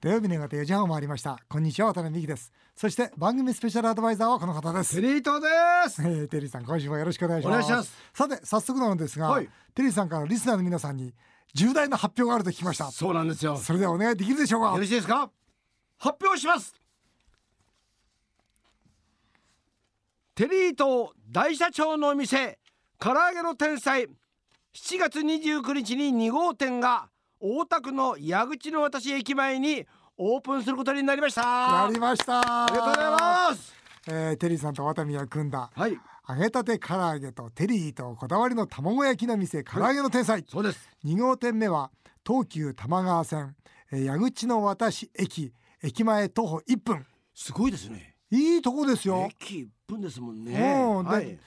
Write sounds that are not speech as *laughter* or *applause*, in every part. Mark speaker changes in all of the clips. Speaker 1: 土曜日の夕方4時半を回りましたこんにちは渡辺美希ですそして番組スペシャルアドバイザーはこの方です
Speaker 2: テリートです
Speaker 1: えー *laughs* テリーさん今週もよろしくお願いします
Speaker 2: お願いします
Speaker 1: さて早速なのですが、
Speaker 2: はい
Speaker 1: テリーさんからリスナーの皆さんに重大な発表があると聞きました
Speaker 2: そうなんですよよ
Speaker 1: それではお願いできるでしょうか
Speaker 2: ろしいですか発表しますテリート大社長のお店唐揚げの天才7月29日に2号店が大田区の矢口の私駅前にオープンすることになりました
Speaker 1: や
Speaker 2: あり
Speaker 1: りました
Speaker 2: がとうございます
Speaker 1: えーテリーさんと渡辺が組んだ
Speaker 2: はい
Speaker 1: 揚げたて唐揚げとテリーとこだわりの卵焼きの店唐揚げの天才
Speaker 2: そうです
Speaker 1: 2号店目は東急多摩川線えー矢口の渡し駅駅前徒歩1分
Speaker 2: すごいですね
Speaker 1: いいとこですよ
Speaker 2: 駅1分ですもんね
Speaker 1: うんで
Speaker 2: はい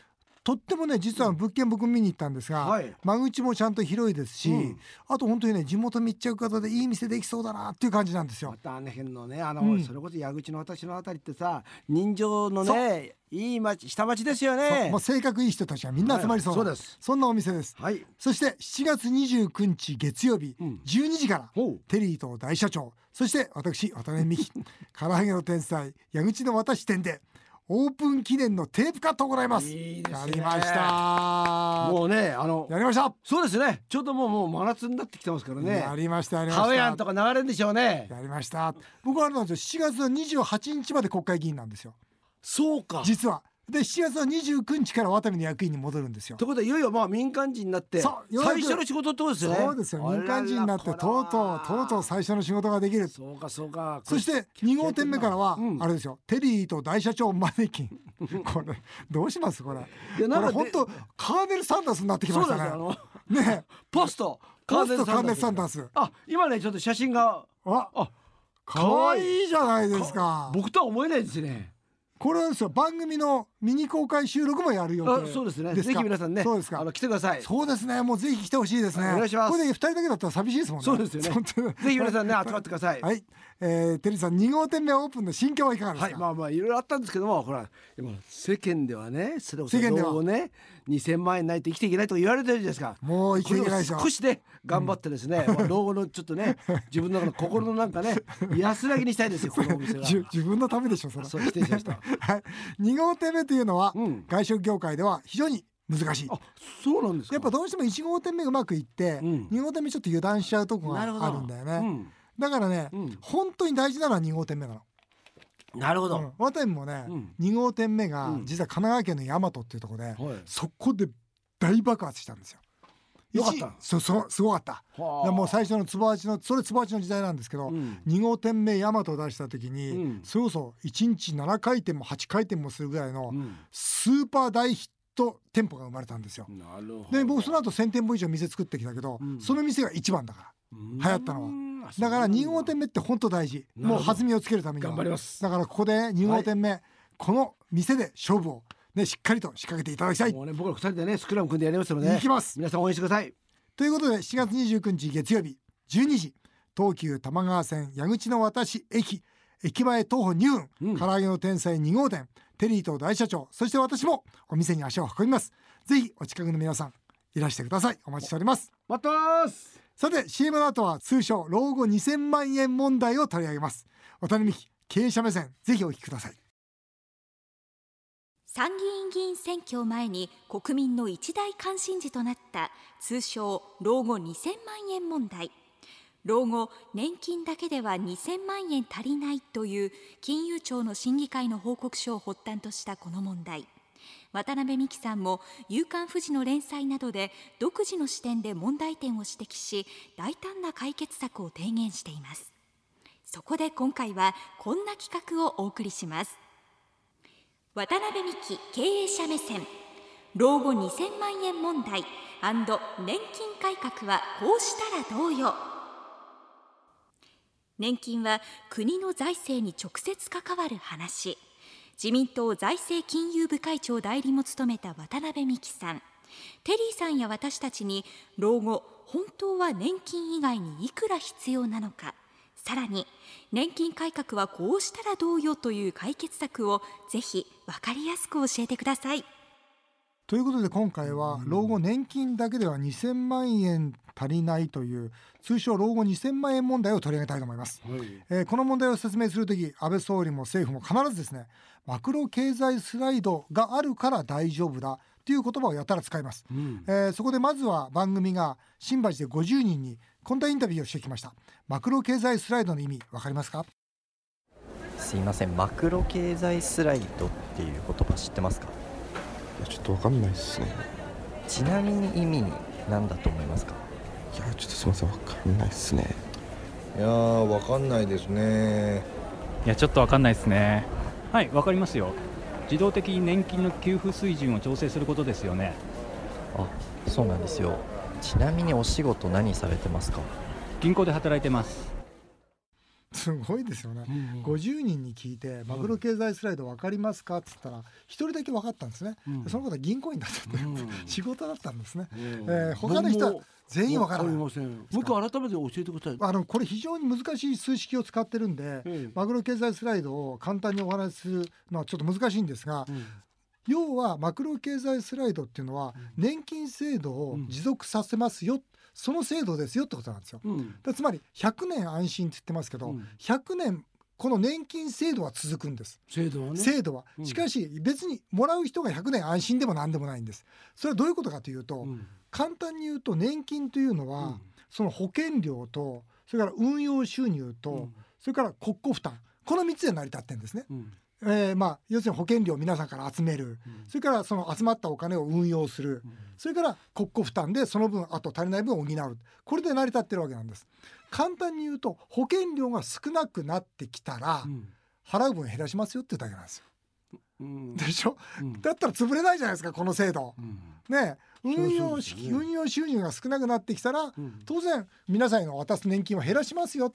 Speaker 1: とってもね実は物件僕見に行ったんですが、
Speaker 2: はい
Speaker 1: 間口もちゃんと広いですし、
Speaker 2: うん
Speaker 1: あと本当にね地元密着型でいい店できそうだなっていう感じなんですよ
Speaker 2: ま。たあの辺のねあの、
Speaker 1: うん
Speaker 2: それこそ矢口の私のあたりってさ人情の
Speaker 1: そ
Speaker 2: ねいい町下町ですよ
Speaker 1: そう
Speaker 2: ね
Speaker 1: もう性格いい人たちがみんな集まりそうな、
Speaker 2: はいそうです
Speaker 1: そんなお店です。
Speaker 2: はい
Speaker 1: そして7月29日月曜日、
Speaker 2: うん
Speaker 1: 12時から
Speaker 2: ほう
Speaker 1: テリーと大社長そして私渡辺美
Speaker 2: *laughs*
Speaker 1: 希唐揚げの天才矢口の私店でオープン記念のテープカットを行います。
Speaker 2: いいですね
Speaker 1: やりました。
Speaker 2: もうねあの
Speaker 1: やりました。
Speaker 2: そうですねちょっともうもう真夏になってきてますからね
Speaker 1: やりましたやりました。
Speaker 2: ハワイアンとか流れるんでしょうね
Speaker 1: やりました。僕はあれなんですよ。7月の28日まで国会議員なんですよ。
Speaker 2: そうか
Speaker 1: 実は。で、7月の29日から渡辺の役員に戻るんですよ
Speaker 2: と。いうことでいよいよまあ民間人になって最
Speaker 1: そうようやく
Speaker 2: 初の仕事ってことですよね
Speaker 1: そうですよ。民間人になって、とうとう、とうとう
Speaker 2: 初
Speaker 1: 最初の仕事ができる。
Speaker 2: そうかそうか
Speaker 1: そして2号店目からは
Speaker 2: う、ん
Speaker 1: あれですよ。テリーと大社長マネキン。 *laughs* これ、どうしますこれ。
Speaker 2: いや
Speaker 1: こ
Speaker 2: なん
Speaker 1: れ
Speaker 2: か
Speaker 1: 本当カーネル・サンダースになってきま
Speaker 2: そう
Speaker 1: し
Speaker 2: な
Speaker 1: た
Speaker 2: んですよあ
Speaker 1: ね。
Speaker 2: の
Speaker 1: ねえ。
Speaker 2: ポスト
Speaker 1: ポストカーネル・サンダー
Speaker 2: ス
Speaker 1: ス。
Speaker 2: あ今ねちょっと写真が
Speaker 1: あ、
Speaker 2: あ
Speaker 1: かわいいじゃないですか。
Speaker 2: 僕とは思えないですね。
Speaker 1: これはですよ。番組のミニ公開収録もやる予
Speaker 2: あ
Speaker 1: 定。
Speaker 2: そうですね。
Speaker 1: か
Speaker 2: ぜひ皆さんね、
Speaker 1: そうです
Speaker 2: あ
Speaker 1: か
Speaker 2: の。来てください。
Speaker 1: そうですね。もうぜひ来てほしいですね。
Speaker 2: お願いします
Speaker 1: これで二人だけだったら寂しいですもんね。
Speaker 2: そうですよね
Speaker 1: 本当に
Speaker 2: ぜひ皆さんね集まってください。、
Speaker 1: はいい。えー、テリーさん二号店目オープンの心境はいかがですか。
Speaker 2: まあまあいろいろあったんですけども、ほら今世間ではね、それこそ
Speaker 1: 世間では
Speaker 2: 老後ね、2000万円ないと生きていけないとか言われてるじゃないですか。
Speaker 1: もう生きていけないでしょ
Speaker 2: これを少しね頑張ってですね、まあ老後のちょっとね自分の中の心のなん
Speaker 1: *laughs*
Speaker 2: かね安らぎにしたいですよこのお店が。
Speaker 1: じゅ自分のためでしょそれ。
Speaker 2: そう否定しました。
Speaker 1: はい。二号店目というのは、 *laughs*
Speaker 2: うん
Speaker 1: 外食業界では非常に難しい。
Speaker 2: あそうなんですか。
Speaker 1: やっぱどうしても一号店目うまくいって、
Speaker 2: うん
Speaker 1: 二号店目ちょっと油断しちゃうとこが
Speaker 2: な
Speaker 1: あ
Speaker 2: るほど
Speaker 1: るんだよね。
Speaker 2: うん
Speaker 1: だからね、
Speaker 2: うん
Speaker 1: 本当に大事なのは二号店目なの。
Speaker 2: なるほど。
Speaker 1: うん、渡辺もね、
Speaker 2: うん
Speaker 1: 二号店目が
Speaker 2: うん
Speaker 1: 実は神奈川県の大和っていうところで、
Speaker 2: はい
Speaker 1: そこで大爆発したんですよ。
Speaker 2: よかった
Speaker 1: 一そうそうすごかった。
Speaker 2: はあ
Speaker 1: でもう最初のつばわちのそれつばわちの時代なんですけど、
Speaker 2: うん
Speaker 1: 二号店目大和を出した時に、
Speaker 2: うん
Speaker 1: それこそ一日七回転も八回転もするぐらいの
Speaker 2: うん
Speaker 1: スーパー大ヒット店舗が生まれたんですよ。
Speaker 2: なるほど。
Speaker 1: で僕その後1000店舗以上店作ってきたけど、
Speaker 2: うん
Speaker 1: その店が一番だから。流行ったのは
Speaker 2: のは
Speaker 1: だから2号店目
Speaker 2: 目
Speaker 1: って本当大事
Speaker 2: なる
Speaker 1: も
Speaker 2: ほど
Speaker 1: う弾みをつけるためには
Speaker 2: 頑張ります
Speaker 1: だからここで2号店目、この店で勝負をねしっかりと仕掛けていただきたい、
Speaker 2: もうね僕ら二人でねスクラム組んでやりますので、ね、
Speaker 1: 行きます
Speaker 2: 皆さん応援してください
Speaker 1: ということで7月29日月曜日12時東急多摩川線矢口の渡し駅駅前徒歩2分、
Speaker 2: うん
Speaker 1: 唐揚げの天才2号店テリーと大社長そして私もお店に足を運びますぜひお近くの皆さんいらしてくださいお待ちしております
Speaker 2: 待ってます
Speaker 1: さて CM の後は通称老後2000万円問題を取り上げます渡辺美希経営者目線ぜひお聞きください
Speaker 3: 参議院議員選挙を前に国民の一大関心事となった通称老後2000万円問題老後年金だけでは2000万円足りないという金融庁の審議会の報告書を発端としたこの問題渡辺美樹さんも「夕刊富士」の連載などで独自の視点で問題点を指摘し大胆な解決策を提言していますそこで今回はこんな企画をお送りします渡辺美希経営者目線老後2000万円問題年金改革はこうしたらどうよ年金は国の財政に直接関わる話自民党財政金融部会長代理も務めた渡辺美樹さんテリーさんや私たちに老後本当は年金以外にいくら必要なのかさらに年金改革はこうしたらどうよという解決策をぜひ分かりやすく教えてください
Speaker 1: ということで今回は老後年金だけでは2000万円足りないという通称老後2000万円問題を取り上げたいと思います、
Speaker 2: はい
Speaker 1: えーこの問題を説明するとき安倍総理も政府も必ずですねマクロ経済スライドがあるから大丈夫だという言葉をやたら使います、
Speaker 2: うん
Speaker 1: えーそこでまずは番組が新橋で50人にこんなインタビューをしてきましたマクロ経済スライドの意味わかりますか
Speaker 4: すいませんマクロ経済スライドっていう言葉知ってますか
Speaker 5: いやちょっとわかんないっすね
Speaker 4: ちなみに意味なんだと思いますか
Speaker 5: いやちょっとすいませんわかんないっすね
Speaker 6: いやーわかんないですね
Speaker 7: いやちょっとわかんないですねはいわかりますよ自動的に年金の給付水準を調整することですよね
Speaker 4: あそうなんですよちなみにお仕事何されてますか
Speaker 7: 銀行で働いてます
Speaker 1: すごいですよね、50人に聞いてマクロ経済スライド分かりますかっつったら一人だけ分かったんですね、
Speaker 2: うん
Speaker 1: その方銀行員だったんで、
Speaker 2: うん
Speaker 1: 仕事だったんですね、
Speaker 2: え
Speaker 1: えー他の人は全員分からない
Speaker 2: ませんもう一回改めて教えてください
Speaker 1: あのこれ非常に難しい数式を使ってるんで、
Speaker 2: ええ
Speaker 1: マクロ経済スライドを簡単にお話しするのはちょっと難しいんですが、
Speaker 2: うん
Speaker 1: 要はマクロ経済スライドっていうのは年金制度を持続させますよ、その制度ですよってことなんですよ。
Speaker 2: うん
Speaker 1: だつまり100年安心って言ってますけど、
Speaker 2: うん
Speaker 1: 100年この年金制度は続くんです。
Speaker 2: 制度はね
Speaker 1: 制度は
Speaker 2: うん
Speaker 1: しかし別にもらう人が100年安心でも何でもないんですそれはどういうことかというと、
Speaker 2: うん
Speaker 1: 簡単に言うと年金というのは、
Speaker 2: うん
Speaker 1: その保険料とそれから運用収入と、
Speaker 2: うん
Speaker 1: それから国庫負担この3つで成り立ってるんですね、
Speaker 2: うん
Speaker 1: えーまあ、要するに保険料を皆さんから集める、それからその集まったお金を運用する、それから国庫負担でその分あと足りない分を補うこれで成り立ってるわけなんです簡単に言うと保険料が少なくなってきたら、
Speaker 2: うん
Speaker 1: 払う分減らしますよっていうだけなんですよ
Speaker 2: うん
Speaker 1: でしょ
Speaker 2: うん
Speaker 1: だったら潰れないじゃないですかこの制度
Speaker 2: う。ん
Speaker 1: ねえ運用し
Speaker 2: そうですよね
Speaker 1: 運用収入が少なくなってきたら、
Speaker 2: ん
Speaker 1: 当然皆さんへの渡す年金は減らしますよ。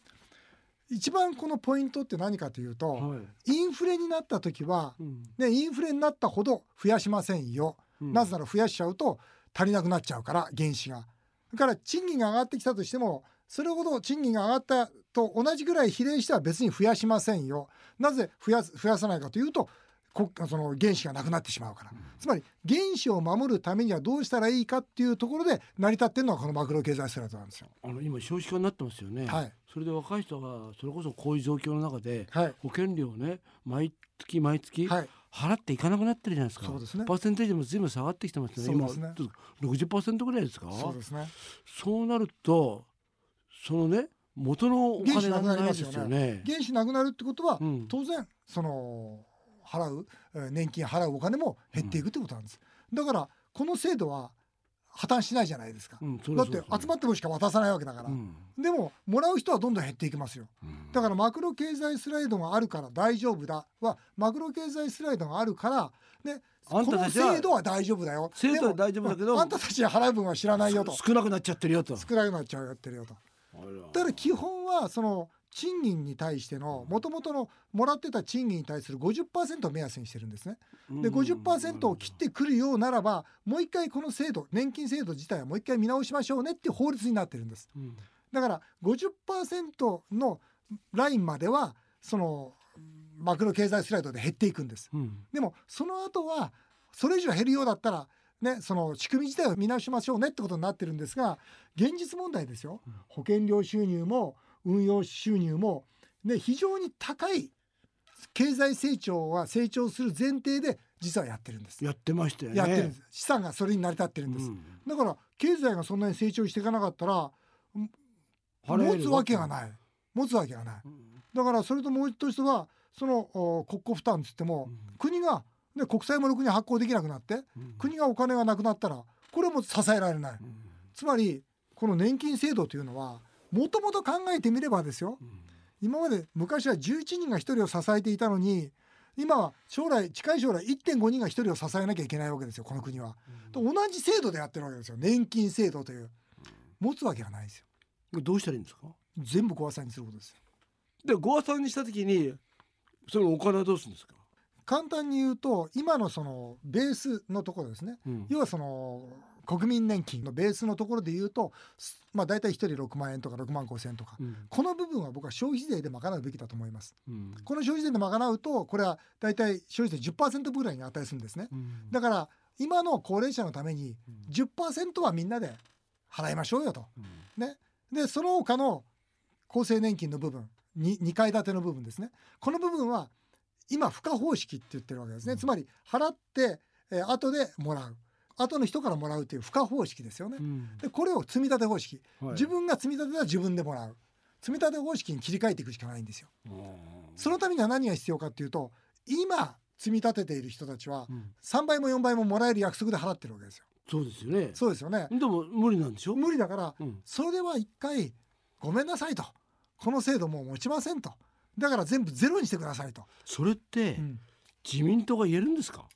Speaker 1: 一番このポイントって何かというと、
Speaker 2: はい
Speaker 1: インフレになった時は、
Speaker 2: うん
Speaker 1: ね、インフレになったほど増やしませんよ。
Speaker 2: うん
Speaker 1: なぜなら増やしちゃうと足りなくなっちゃうから原資が。だから賃金が上がってきたとしてもそれほど賃金が上がったと同じぐらい比例しては別に増やしませんよ。なぜ増やす増やさないかというとこその原資がなくなってしまうから。つまり原資を守るためにはどうしたらいいかっていうところで成り立ってるのがこのマクロ経済スライドなんですよ。
Speaker 2: あの今少子化になってますよね、
Speaker 1: はい
Speaker 2: それで若い人がそれこそこういう状況の中で
Speaker 1: はい
Speaker 2: 保険料をね毎月毎月
Speaker 1: はい
Speaker 2: 払っていかなくなってるじゃないですか、
Speaker 1: そうですね
Speaker 2: パーセンテージも随分下がってきてます
Speaker 1: そ
Speaker 2: よね
Speaker 1: うですね
Speaker 2: 今60%ぐらいですか
Speaker 1: そうですね。
Speaker 2: そうなるとそのね元のお金がないですよ
Speaker 1: 原資なく
Speaker 2: ね
Speaker 1: 原資なくなるってことは、
Speaker 2: うん
Speaker 1: 当然その払うえー年金払うお金も減っていくってことなんです、だからこの制度は破綻しないじゃないですか、
Speaker 2: うん、それ
Speaker 1: だっ
Speaker 2: はそ
Speaker 1: て
Speaker 2: うですよね
Speaker 1: 集まってもしか渡さないわけだから、
Speaker 2: うん
Speaker 1: でももらう人はどんどん減っていきますよ
Speaker 2: うん
Speaker 1: だからマクロ経済スライドがあるから大丈夫だはマクロ経済スライドがあるからね
Speaker 2: あ
Speaker 1: こ
Speaker 2: んた
Speaker 1: の
Speaker 2: たちは
Speaker 1: 制度は大丈夫だよ
Speaker 2: 制度は
Speaker 1: でも
Speaker 2: 大丈夫だけど
Speaker 1: うんあんたたちは払う分は知らないよと
Speaker 2: 少なくなっちゃってるよと
Speaker 1: 少なくなっちゃうよってるよとだから基本はその賃金に対してのもともとのもらってた賃金に対する50%を目安にしてるんですね。で50%を切ってくるようならばもう一回この制度年金制度自体はもう一回見直しましょうねっていう法律になってるんです。
Speaker 2: うん
Speaker 1: だから50%のラインまではそのマクロ経済スライドで減っていくんです。
Speaker 2: うん
Speaker 1: でもその後はそれ以上減るようだったらね、その仕組み自体を見直しましょうねってことになってるんですが現実問題ですよ保険料収入も運用収入も、ね、非常に高い経済成長は成長する前提で実はやってるんです、
Speaker 2: やってましたよね
Speaker 1: やってるんです資産がそれに成り立ってるんです、
Speaker 2: うん
Speaker 1: だから経済がそんなに成長していかなかったら
Speaker 2: 払え
Speaker 1: 持
Speaker 2: る
Speaker 1: つわけがない持つわけがない
Speaker 2: うん
Speaker 1: だからそれともう一つはそのお国庫負担つっても、国が、ね、国債もろくに発行できなくなって、国がお金がなくなったらこれも支えられない、つまりこの年金制度というのはもともと考えてみればですよ、今まで昔は11人が1人を支えていたのに今は将来近い将来1.5人が1人を支えなきゃいけないわけですよこの国は、と同じ制度でやってるわけですよ年金制度という持つわけがないですよ
Speaker 2: どうしたらいいんですか
Speaker 1: 全部壊さにすることですよ
Speaker 2: でゴアさんにした時にそのお金はどうするんですか、
Speaker 1: 簡単に言うと今のそのベースのところですね
Speaker 2: うん
Speaker 1: 要はその国民年金のベースのところで言うと、すまあ、大体1人6万円とか6万5千円とか、
Speaker 2: うん
Speaker 1: この部分は僕は消費税で賄うべきだと思います。
Speaker 2: うん
Speaker 1: この消費税で賄うとこれは大体消費税10%ぐらいに値するんですね。だから今の高齢者のために10%はみんなで払いましょうよと。ね、でその他の厚生年金の部分に2階建ての部分ですねこの部分は今付加方式って言ってるわけですね、つまり払って、えー後でもらう後の人からもらうという付加方式ですよね。でこれを積み立て方式、自分が積み立ては自分でもらう積み立て方式に切り替えていくしかないんですよ。そのためには何が必要かっていうと今積み立てている人たちは
Speaker 2: うん
Speaker 1: 3倍も4倍ももらえる約束で払ってるわけですよ。
Speaker 2: そうですよね
Speaker 1: そうですよね。
Speaker 2: でも無理なんでしょ
Speaker 1: 無理だから
Speaker 2: うん
Speaker 1: それでは一回ごめんなさいとこの制度もう持ちませんとだから全部ゼロにしてくださいと、
Speaker 2: それって
Speaker 1: うん
Speaker 2: 自民党が言えるんですか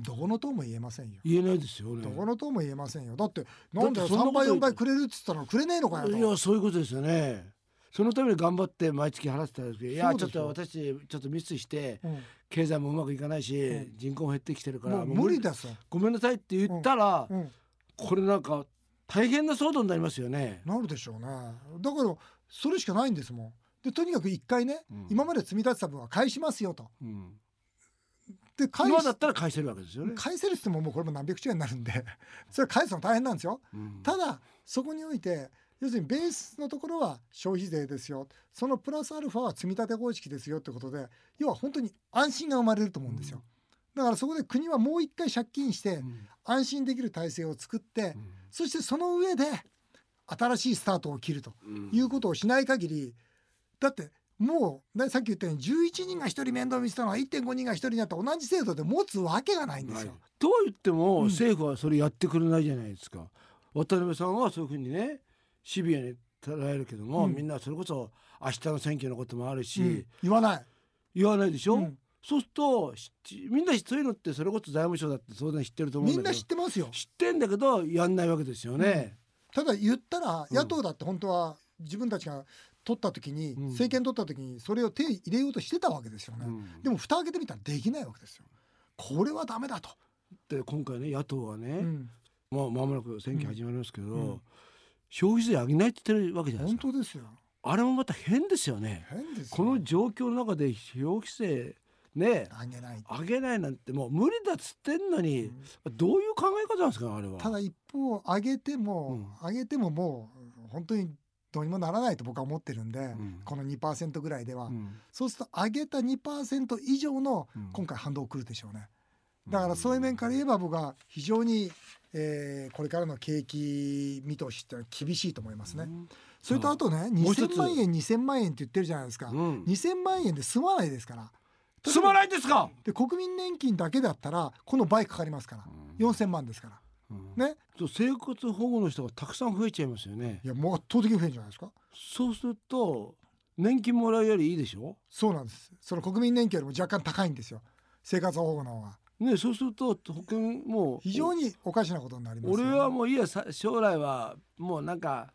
Speaker 1: どこの党も言えませんよ、
Speaker 2: 言えないですよね
Speaker 1: どこの党も言えませんよだってなんだよ
Speaker 2: だってそんな
Speaker 1: 3
Speaker 2: こと
Speaker 1: 倍4倍くれるっつったのくれねえのかよと
Speaker 2: いやそういうことですよねそのために頑張って毎月払ってたんですけどいや
Speaker 1: そう
Speaker 2: ちょ
Speaker 1: で
Speaker 2: っ
Speaker 1: すよ
Speaker 2: と私ちょっとミスして
Speaker 1: うん
Speaker 2: 経済もうまくいかないし、
Speaker 1: うん
Speaker 2: 人口も減ってきてるから
Speaker 1: もう
Speaker 2: もう
Speaker 1: 無理ですよ、
Speaker 2: ごめんなさいって言ったら、
Speaker 1: うん、
Speaker 2: これなんか大変な騒動になりますよね。
Speaker 1: なるでしょうねだからそれしかないんですもんでとにかく一回ね、
Speaker 2: うん
Speaker 1: 今まで積み立てた分は返しますよと
Speaker 2: うん、
Speaker 1: で返
Speaker 2: 今
Speaker 1: す
Speaker 2: だったら返せるわけですよね。
Speaker 1: 返せるっつってももうこれも何百兆円になるんで *laughs* それ返すの大変なんですよ
Speaker 2: うん
Speaker 1: ただそこにおいて要するにベースのところは消費税ですよそのプラスアルファは積み立て方式ですよってことで要は本当に安心が生まれると思うんですよ、だからそこで国はもう一回借金して
Speaker 2: ん
Speaker 1: 安心できる体制を作って、そしてその上で新しいスタートを切るということをしない限りだってもう、ね、さっき言ったように11人が1人面倒見せたのは1.5人が1人になった同じ制度で持つわけがないんですよ。
Speaker 2: とは言っても、
Speaker 1: うん
Speaker 2: 政府はそれやってくれないじゃないですか。渡辺さんはそういうふうにねシビアに捉えるけども、
Speaker 1: うん
Speaker 2: みんなそれこそ明日の選挙のこともあるし、
Speaker 1: うん言わない、
Speaker 2: 言わないでしょ、
Speaker 1: うん
Speaker 2: そうするとしみんなそういうのってそれこそ財務省だって当然知ってると思う
Speaker 1: み
Speaker 2: ん
Speaker 1: ん
Speaker 2: だ
Speaker 1: な
Speaker 2: け
Speaker 1: 知っ
Speaker 2: ど
Speaker 1: てますよ。
Speaker 2: 知ってんだけどやんないわけですよね。
Speaker 1: ただ言ったら
Speaker 2: うん
Speaker 1: 野党だって本当は自分たちが取った時に、
Speaker 2: うん
Speaker 1: 政権取った時にそれを手入れようとしてたわけですよね、
Speaker 2: うん
Speaker 1: でも蓋開けてみたらできないわけですよこれはダメだと、
Speaker 2: で今回ね野党はね、
Speaker 1: うん
Speaker 2: まあ、まもなく選挙始まりますけど、
Speaker 1: うん
Speaker 2: 消費税上げないって言ってるわけじゃな
Speaker 1: 本
Speaker 2: いですか
Speaker 1: 当ですよ
Speaker 2: あれもまた変ですよね
Speaker 1: 変ですよ
Speaker 2: この状況の中で消費税ね
Speaker 1: あげない
Speaker 2: 上げないなんてもう無理だっつってんのに、どういう考え方なんですかあれは
Speaker 1: ただ一方上げても、上げてももう本当にどうにもならないと僕は思ってるんで、
Speaker 2: ん
Speaker 1: この2%ぐらいでは、
Speaker 2: うん
Speaker 1: そうすると上げた2%以上の
Speaker 2: うん
Speaker 1: 今回反動来るでしょうね。だからそういう面から言えば僕は非常に、えーこれからの景気見通しってのは厳しいと思いますね。それとあとね
Speaker 2: もう一つ
Speaker 1: 2000万円2000万円って言ってるじゃないですか。
Speaker 2: うん
Speaker 1: 2000万円で済まないですから。
Speaker 2: すまないんですか、
Speaker 1: で国民年金だけだったらこの倍かかりますから4000万ですから。ね、
Speaker 2: そう生活保護の人がたくさん増えちゃいますよね
Speaker 1: いやもう圧倒的に増えるんじゃないですか。
Speaker 2: そうすると年金もらうよりいいでしょ
Speaker 1: そうなんです。その国民年金よりも若干高いんですよ。生活保護の方が
Speaker 2: ねそうすると保険もう
Speaker 1: 非常におかしなことになりますよね、
Speaker 2: 俺はもういいやさ将来はもうなんか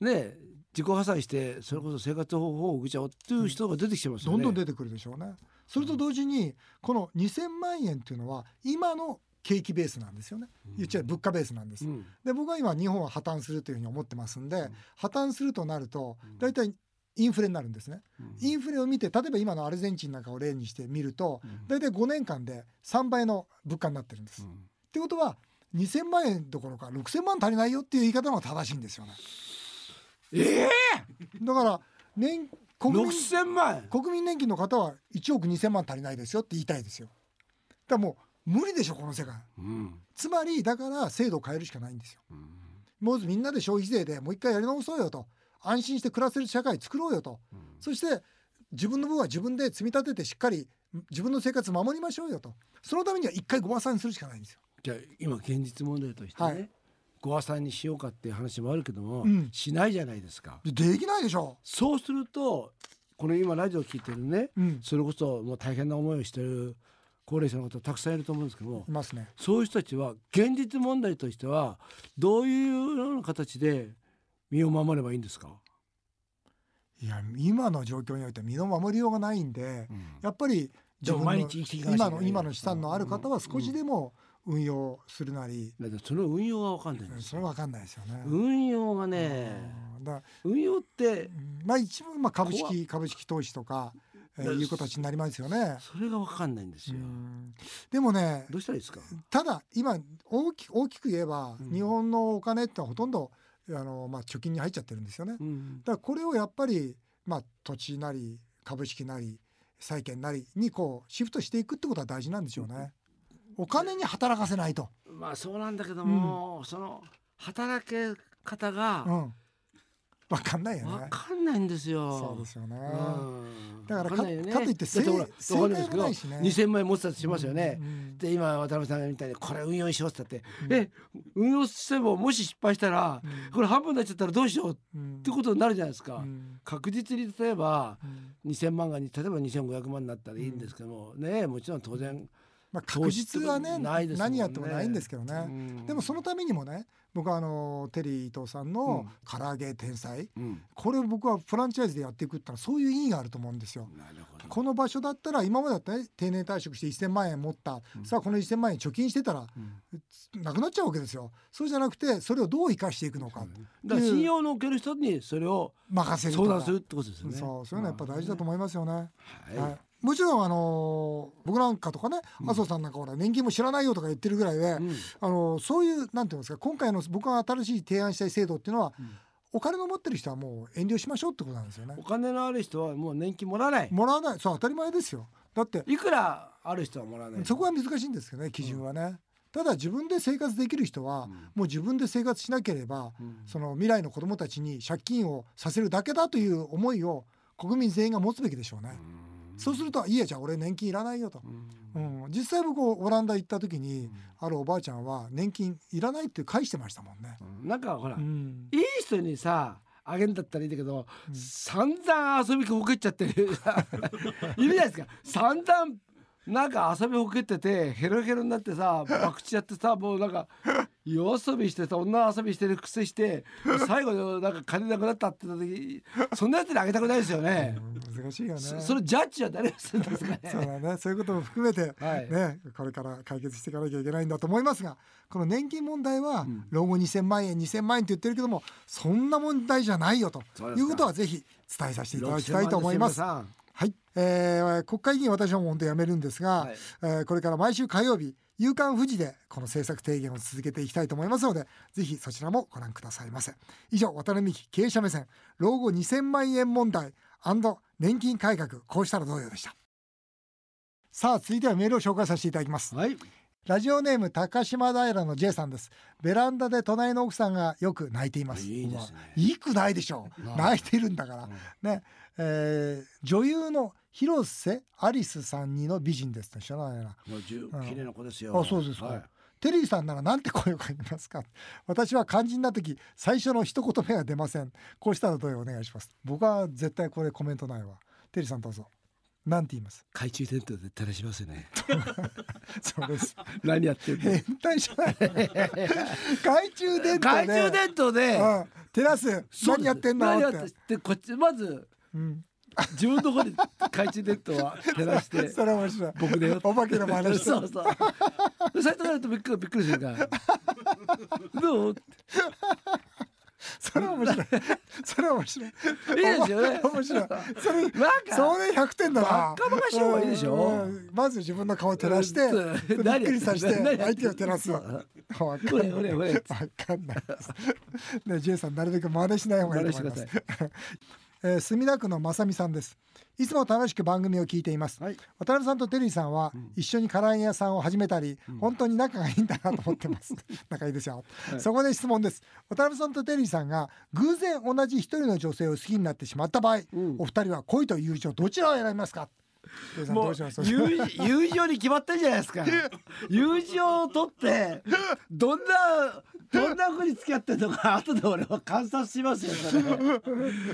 Speaker 2: ね自己破産してそれこそ生活保護を受けちゃおうっていう人が出てきてますよ
Speaker 1: ど
Speaker 2: ね。
Speaker 1: んどん出てくるでしょうね。それと同時にこの2000万円っていうのは今の景気ベースなんですよね。言っちゃえば物価ベースなんです。
Speaker 2: うん
Speaker 1: で僕は今日本は破綻するというふうに思ってますんで破綻するとなると大体インフレになるんですね。インフレを見て例えば今のアルゼンチンなんかを例にしてみると大体5年間で3倍の物価になってるんです。ってことは2000万円どころか6000万足りないよっていう言い方の方が正しいんですよね。ええだから年国民
Speaker 2: 六千万円
Speaker 1: 国民年金の方は1億2000万足りないですよって言いたいですよだからもう無理でしょこの世界
Speaker 2: うん
Speaker 1: つまりだから制度を変えるしかないんですよもうみんなで消費税でもう一回やり直そうよと安心して暮らせる社会作ろうよと、そして自分の分は自分で積み立ててしっかり自分の生活守りましょうよとそのためには一回ご破産にするしかないんですよ
Speaker 2: じゃあ今現実問題としてね、
Speaker 1: はい
Speaker 2: ご破産にしようかっていう話もあるけども、
Speaker 1: うん
Speaker 2: しないじゃないですか。
Speaker 1: でできないでしょ
Speaker 2: そうするとこの今ラジオ聞いてるね、
Speaker 1: うん
Speaker 2: それこそもう大変な思いをしてる高齢者の方たくさんいると思うんですけども、
Speaker 1: いますね
Speaker 2: そういう人たちは現実問題としてはどういうような形で身を守ればいいんですか、
Speaker 1: いや今の状況において身の守りようがないんで、やっぱり
Speaker 2: じゃあ毎日生きていかなきゃい
Speaker 1: 今
Speaker 2: けない
Speaker 1: の今の資産のある方は少しでも運用するなり、
Speaker 2: だってその運用が分かんないんです
Speaker 1: それは分かんないですよね。
Speaker 2: 運用がね
Speaker 1: だ
Speaker 2: 運用って
Speaker 1: うんまあ一部まあ株式株式投資とか、えーいう形になりますよね。
Speaker 2: それがわかんないんです
Speaker 1: う
Speaker 2: よ。
Speaker 1: んでもね
Speaker 2: どうしたらいいですか。
Speaker 1: ただ今大き大きく言えば、
Speaker 2: うん
Speaker 1: 日本のお金ってのはほとんどあの、まあ、貯金に入っちゃってるんですよね。
Speaker 2: うん
Speaker 1: だからこれをやっぱり、まあ、土地なり株式なり債券なりにこうシフトしていくってことは大事なんでしょうね。お金に働かせないと。
Speaker 2: まあそうなんだけども、その働け方
Speaker 1: う
Speaker 2: が
Speaker 1: ん。わかんないよ
Speaker 2: わ
Speaker 1: ね。
Speaker 2: かんないんですよ。
Speaker 1: そうですよね。
Speaker 2: うん
Speaker 1: だから
Speaker 2: わ
Speaker 1: か
Speaker 2: んないよね
Speaker 1: かといって
Speaker 2: だほら
Speaker 1: 正
Speaker 2: わか
Speaker 1: 正
Speaker 2: んない
Speaker 1: 解もないしね
Speaker 2: ですけど2000万円持ってたとしますよね。
Speaker 1: うん
Speaker 2: で今渡辺さんがみたいにこれ運用しようって言ったって、
Speaker 1: うん
Speaker 2: え運用してももし失敗したら
Speaker 1: うん
Speaker 2: これ半分になっちゃったらどうしようっ
Speaker 1: うん
Speaker 2: てことになるじゃないですか、
Speaker 1: うん
Speaker 2: 確実に例えば
Speaker 1: うん
Speaker 2: 2000万がに例えば2500万になったらいいんですけども、ねもちろん当然
Speaker 1: まあ、確実はね
Speaker 2: 投資ってことないですもん
Speaker 1: 何
Speaker 2: ね
Speaker 1: やってもないんですけどね、
Speaker 2: うん
Speaker 1: でもそのためにもね僕はあのテリー伊藤さんの「唐揚げ天才」
Speaker 2: うん
Speaker 1: これ僕はフランチャイズでやっていくってのはそういう意義があると思うんですよ。
Speaker 2: なるほど
Speaker 1: この場所だったら今までだったらね定年退職して1,000万円持った、さあこの1,000万円貯金してたら、なくなっちゃうわけですよそうじゃなくてそれをどう生かしていくのか、
Speaker 2: だから信用のおける人にそれを
Speaker 1: 任せるとか
Speaker 2: 相談するってことですよね。
Speaker 1: そうそういうのはやっぱ大事だと思いますよね。
Speaker 2: はい
Speaker 1: はいもちろん、あのー僕なんかとかね、麻生さんなんかほら年金も知らないよとか言ってるぐらいで、あのーそういうなんていうんですか今回の僕が新しい提案したい制度っていうのは、お金の持ってる人はもう遠慮しましょうってことなんですよね
Speaker 2: お。金のある人はもう年金もらわない。
Speaker 1: もらわないそう当たり前ですよだって
Speaker 2: いくらある人はもらわない。
Speaker 1: そこは難しいんですけどね基準はね、ただ自分で生活できる人は、もう自分で生活しなければ、その未来の子どもたちに借金をさせるだけだという思いを国民全員が持つべきでしょうね。そうすると「いやじゃあ俺年金いらないよ」と、うん実際僕オランダ行った時に、あるおばあちゃんは年金いらないって返してましたもんね。
Speaker 2: なんかほら、
Speaker 1: うん
Speaker 2: いい人にさあげんだったらいいんだけど、散々遊びほけっちゃ *laughs* ってるいるじゃないですか散々なんか遊びほけっててヘロヘロになってさ博打やってさもうなんか夜遊びしてさ女遊びしてるくせして最後のなんか金なくなったってなった時そんなやつにあげたくないですよね。
Speaker 1: 難しいよね
Speaker 2: そそれジャッジは誰がするんですかね。
Speaker 1: そうだね、そういうことも含めて、
Speaker 2: *laughs* はい
Speaker 1: ね、これから解決していかなきゃいけないんだと思いますが、この年金問題は、老後2000万円、2000万円って言ってるけども、そんな問題じゃないよと
Speaker 2: そうで
Speaker 1: い
Speaker 2: すか
Speaker 1: うことはぜひ伝えさせていただきたいと思います。
Speaker 2: 6000万ですよ皆さん
Speaker 1: はい、えー国会議員私はもう本当やめるんですが、
Speaker 2: はい
Speaker 1: えーこれから毎週火曜日「夕刊富士」でこの政策提言を続けていきたいと思いますのでぜひそちらもご覧くださいませ以上渡辺美希経営者目線老後2000万円問題年金改革こうしたらどうよでしたさあ続いてはメールを紹介させていただきます
Speaker 2: はい。
Speaker 1: ラジオネーム高島平の J さんですベランダで隣の奥さんがよく泣いています
Speaker 2: いいですね
Speaker 1: いいくないでしょう泣いてるんだから、ね、えー女優の広瀬アリスさんにの美人ですと知らないな
Speaker 2: もう十
Speaker 1: うん
Speaker 2: 綺麗な子ですよ。
Speaker 1: あそうですか、
Speaker 2: はい
Speaker 1: テリーさんならなんて声をかけますか私は肝心な時最初の一言目が出ませんこうしたらどうよお願いします僕は絶対これコメントないわテリーさんどうぞなんて言います
Speaker 2: 懐中電灯で垂らしますよね。
Speaker 1: そうです
Speaker 2: *laughs* 何やってる
Speaker 1: *laughs*
Speaker 2: の
Speaker 1: 変態じゃ
Speaker 2: *laughs*
Speaker 1: ない懐中電灯で
Speaker 2: 懐中電灯で、
Speaker 1: うん、照らす
Speaker 2: そう
Speaker 1: 何
Speaker 2: です
Speaker 1: やってんの
Speaker 2: 何や
Speaker 1: っ
Speaker 2: っててでこっちまず
Speaker 1: うん、
Speaker 2: 自分の方で懐中電
Speaker 1: *laughs*
Speaker 2: 灯は照らして
Speaker 1: それ面白い
Speaker 2: 僕だよ
Speaker 1: お化けの真似して
Speaker 2: *laughs* そうそう最初になるとびっくりびっくりするから *laughs* どう
Speaker 1: それは面白いそれは面白い
Speaker 2: いいですよね
Speaker 1: 面白いそれ
Speaker 2: なんか
Speaker 1: それ100点だな
Speaker 2: バッカバカしい方がいいでしょ
Speaker 1: うんうんまず自分の顔を照らして
Speaker 2: うん *laughs*
Speaker 1: びっくりさせて
Speaker 2: 何
Speaker 1: 相手を照ら
Speaker 2: *laughs*
Speaker 1: すわわかんない
Speaker 2: ほれほれほれ
Speaker 1: わかんないね J さんなるべく真似しない方がいいと思います
Speaker 2: 真似し
Speaker 1: えー墨田区のまさみさんですいつも楽しく番組を聞いています、
Speaker 2: はい
Speaker 1: 渡辺さんとテリーさんは一緒に唐揚げ屋さんを始めたり、本当に仲がいいんだなと思ってます
Speaker 2: *laughs*
Speaker 1: 仲いいですよ、そこで質問です渡辺さんとテリーさんが偶然同じ一人の女性を好きになってしまった場合、お二人は恋と友情どちらを選びますかテリーさんど
Speaker 2: もう
Speaker 1: うします
Speaker 2: 友友情に決まってるじゃないですか友情を取ってどんなどんな子に付き合ってるのか後で俺は観察しますよそれでだか
Speaker 1: *laughs*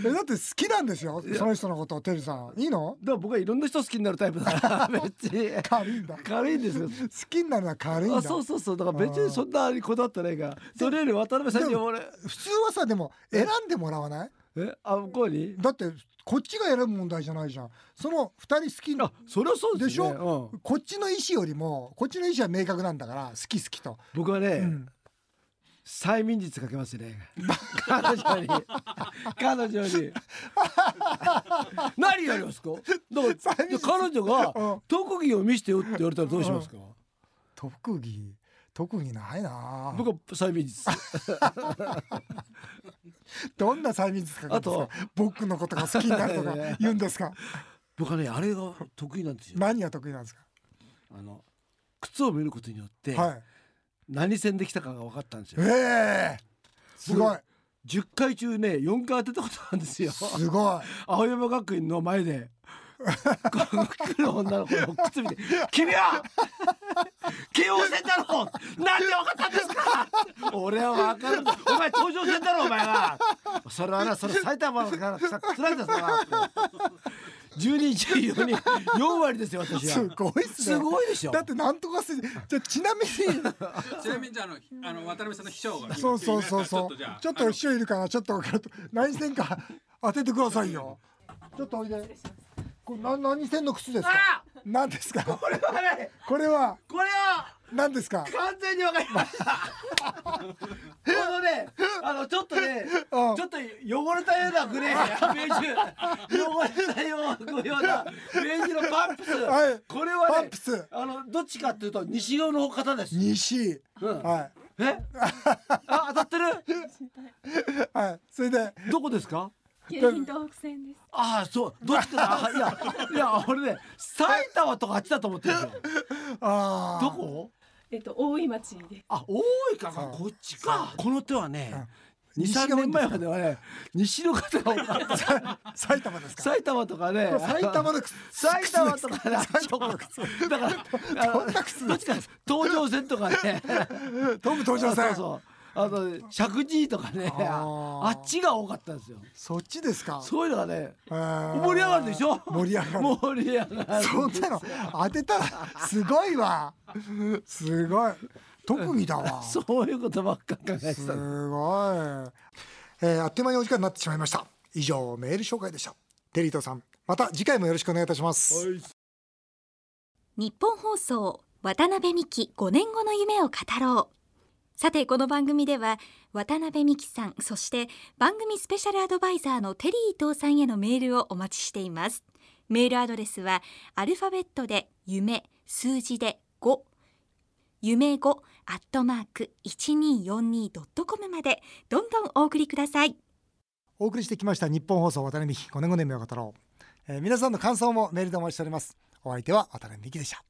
Speaker 1: えだって好きなんですよその人のことテリーさんいいの
Speaker 2: ら僕はいろんな人好きになるタイプだから別に
Speaker 1: 軽いんだ好
Speaker 2: 軽いんですよ
Speaker 1: きになるのは軽いんだ
Speaker 2: あそうそうそうだから別にそんなにこだわってないからそれより渡辺さんに俺
Speaker 1: 普通はさでも選んでもらわない
Speaker 2: えあ向こうに
Speaker 1: だってこっちが選ぶ問題じゃないじゃんその2人好き
Speaker 2: あそれはそうです、ね、
Speaker 1: でしょ、
Speaker 2: うん、
Speaker 1: こっちの意思よりもこっちの意思は明確なんだから好き好きと
Speaker 2: 僕はね、
Speaker 1: うん
Speaker 2: 催眠術かけますね。彼女 *laughs* に。彼女 *laughs* に。何やりますか。だから
Speaker 1: 催眠術
Speaker 2: 彼女
Speaker 1: うん
Speaker 2: が特技を見せてよって言われたらどうしますか。
Speaker 1: 特技特技ないな
Speaker 2: 僕は催眠術。
Speaker 1: どんな催眠術かかったんですか僕のことが好きになると
Speaker 2: *laughs*
Speaker 1: か言うんですか
Speaker 2: 僕はね、あれが得意なんですよ。
Speaker 1: 何が得意なんですか
Speaker 2: あの。靴を見ることによって、
Speaker 1: はい
Speaker 2: 何線できたかが分かったんです
Speaker 1: え
Speaker 2: よ。
Speaker 1: えすごい
Speaker 2: 10回中ね、4回当てたことなんです *laughs* よ。
Speaker 1: すごい
Speaker 2: 青山学院の前でこの来る女の子の靴見て「君は京王線だろなんで分かったんですか!」俺は分かるんだお前東上線だろお前はそれはなそれ埼玉から来た靴なんだそれは12時4人4割ですよ私
Speaker 1: す
Speaker 2: は
Speaker 1: ごいっすね
Speaker 2: すごいでしょ
Speaker 1: だってなんとかすじゃあちなみ
Speaker 2: *laughs*
Speaker 1: に
Speaker 8: ちなみにじゃああのひあの渡辺さんの秘書が今
Speaker 1: そうそうそう
Speaker 8: ちょ
Speaker 1: そう
Speaker 8: っとじゃあ
Speaker 1: ちょっ
Speaker 8: あ
Speaker 1: と
Speaker 8: の
Speaker 1: 師匠いるからちょっと何線か当ててくださいよちょっとおいでこれな何線の靴ですか何ですか
Speaker 2: これはね
Speaker 1: これは
Speaker 2: これは
Speaker 1: 何ですか
Speaker 2: 完全に分かりました。こ *laughs* のね、あのちょっとね、
Speaker 1: うん
Speaker 2: ちょっと汚れたようなグレー、ベージュ、汚れたようなようなベージュのパンプス。
Speaker 1: はい
Speaker 2: これはね、
Speaker 1: パンプス
Speaker 2: あのどっちかっていうと西側の方です。
Speaker 1: 西、
Speaker 2: うん
Speaker 1: は
Speaker 2: え？あ当たってる？
Speaker 1: いはいそれで
Speaker 2: どこですか？
Speaker 9: 京浜東北線です。
Speaker 2: ああそうどっちかだあいやいや俺ね埼玉とかあっちだと思ってるんですよ
Speaker 1: ああ
Speaker 2: どこ
Speaker 9: えっと大井町で
Speaker 2: あ多いか
Speaker 1: そう
Speaker 2: こっちかこの手はね
Speaker 1: うん
Speaker 2: 二三年前まではね西の方が多かった
Speaker 1: 埼玉ですか
Speaker 2: 埼玉とかね
Speaker 1: 埼玉の靴
Speaker 2: 埼玉
Speaker 1: *laughs*
Speaker 2: と *laughs* かね
Speaker 1: 埼玉の靴
Speaker 2: だからあの
Speaker 1: *laughs* どんな靴
Speaker 2: どっちか東上線とかね
Speaker 1: 東武東上
Speaker 2: そう
Speaker 1: 線
Speaker 2: そうあと石神井とかね
Speaker 1: あー
Speaker 2: あっちが多かったんですよ
Speaker 1: そっちですか
Speaker 2: そういうのがね
Speaker 1: えー
Speaker 2: 盛り上がるでしょ
Speaker 1: 盛り上がる
Speaker 2: 盛り上がる
Speaker 1: そんなの当てたらすごいわすごい特技だわす
Speaker 2: *laughs* そういうことばっか考えて
Speaker 1: ご
Speaker 2: た
Speaker 1: い
Speaker 2: の、
Speaker 1: えーあっという間にお時間になってしまいました以上メール紹介でしたテリートさんまた次回もよろしくお願いいたします、
Speaker 3: 日本放送渡辺美希5年後の夢を語ろうさてこの番組では渡辺美希さんそして番組スペシャルアドバイザーのテリー伊藤さんへのメールをお待ちしていますメールアドレスはアルファベットで夢数字で5夢5アットマーク 1242.com までどんどんお送りください
Speaker 1: お送りしてきました日本放送渡辺美希5年5年目を語ろう、えー皆さんの感想もメールでお待ちしておりますお相手は渡辺美希でした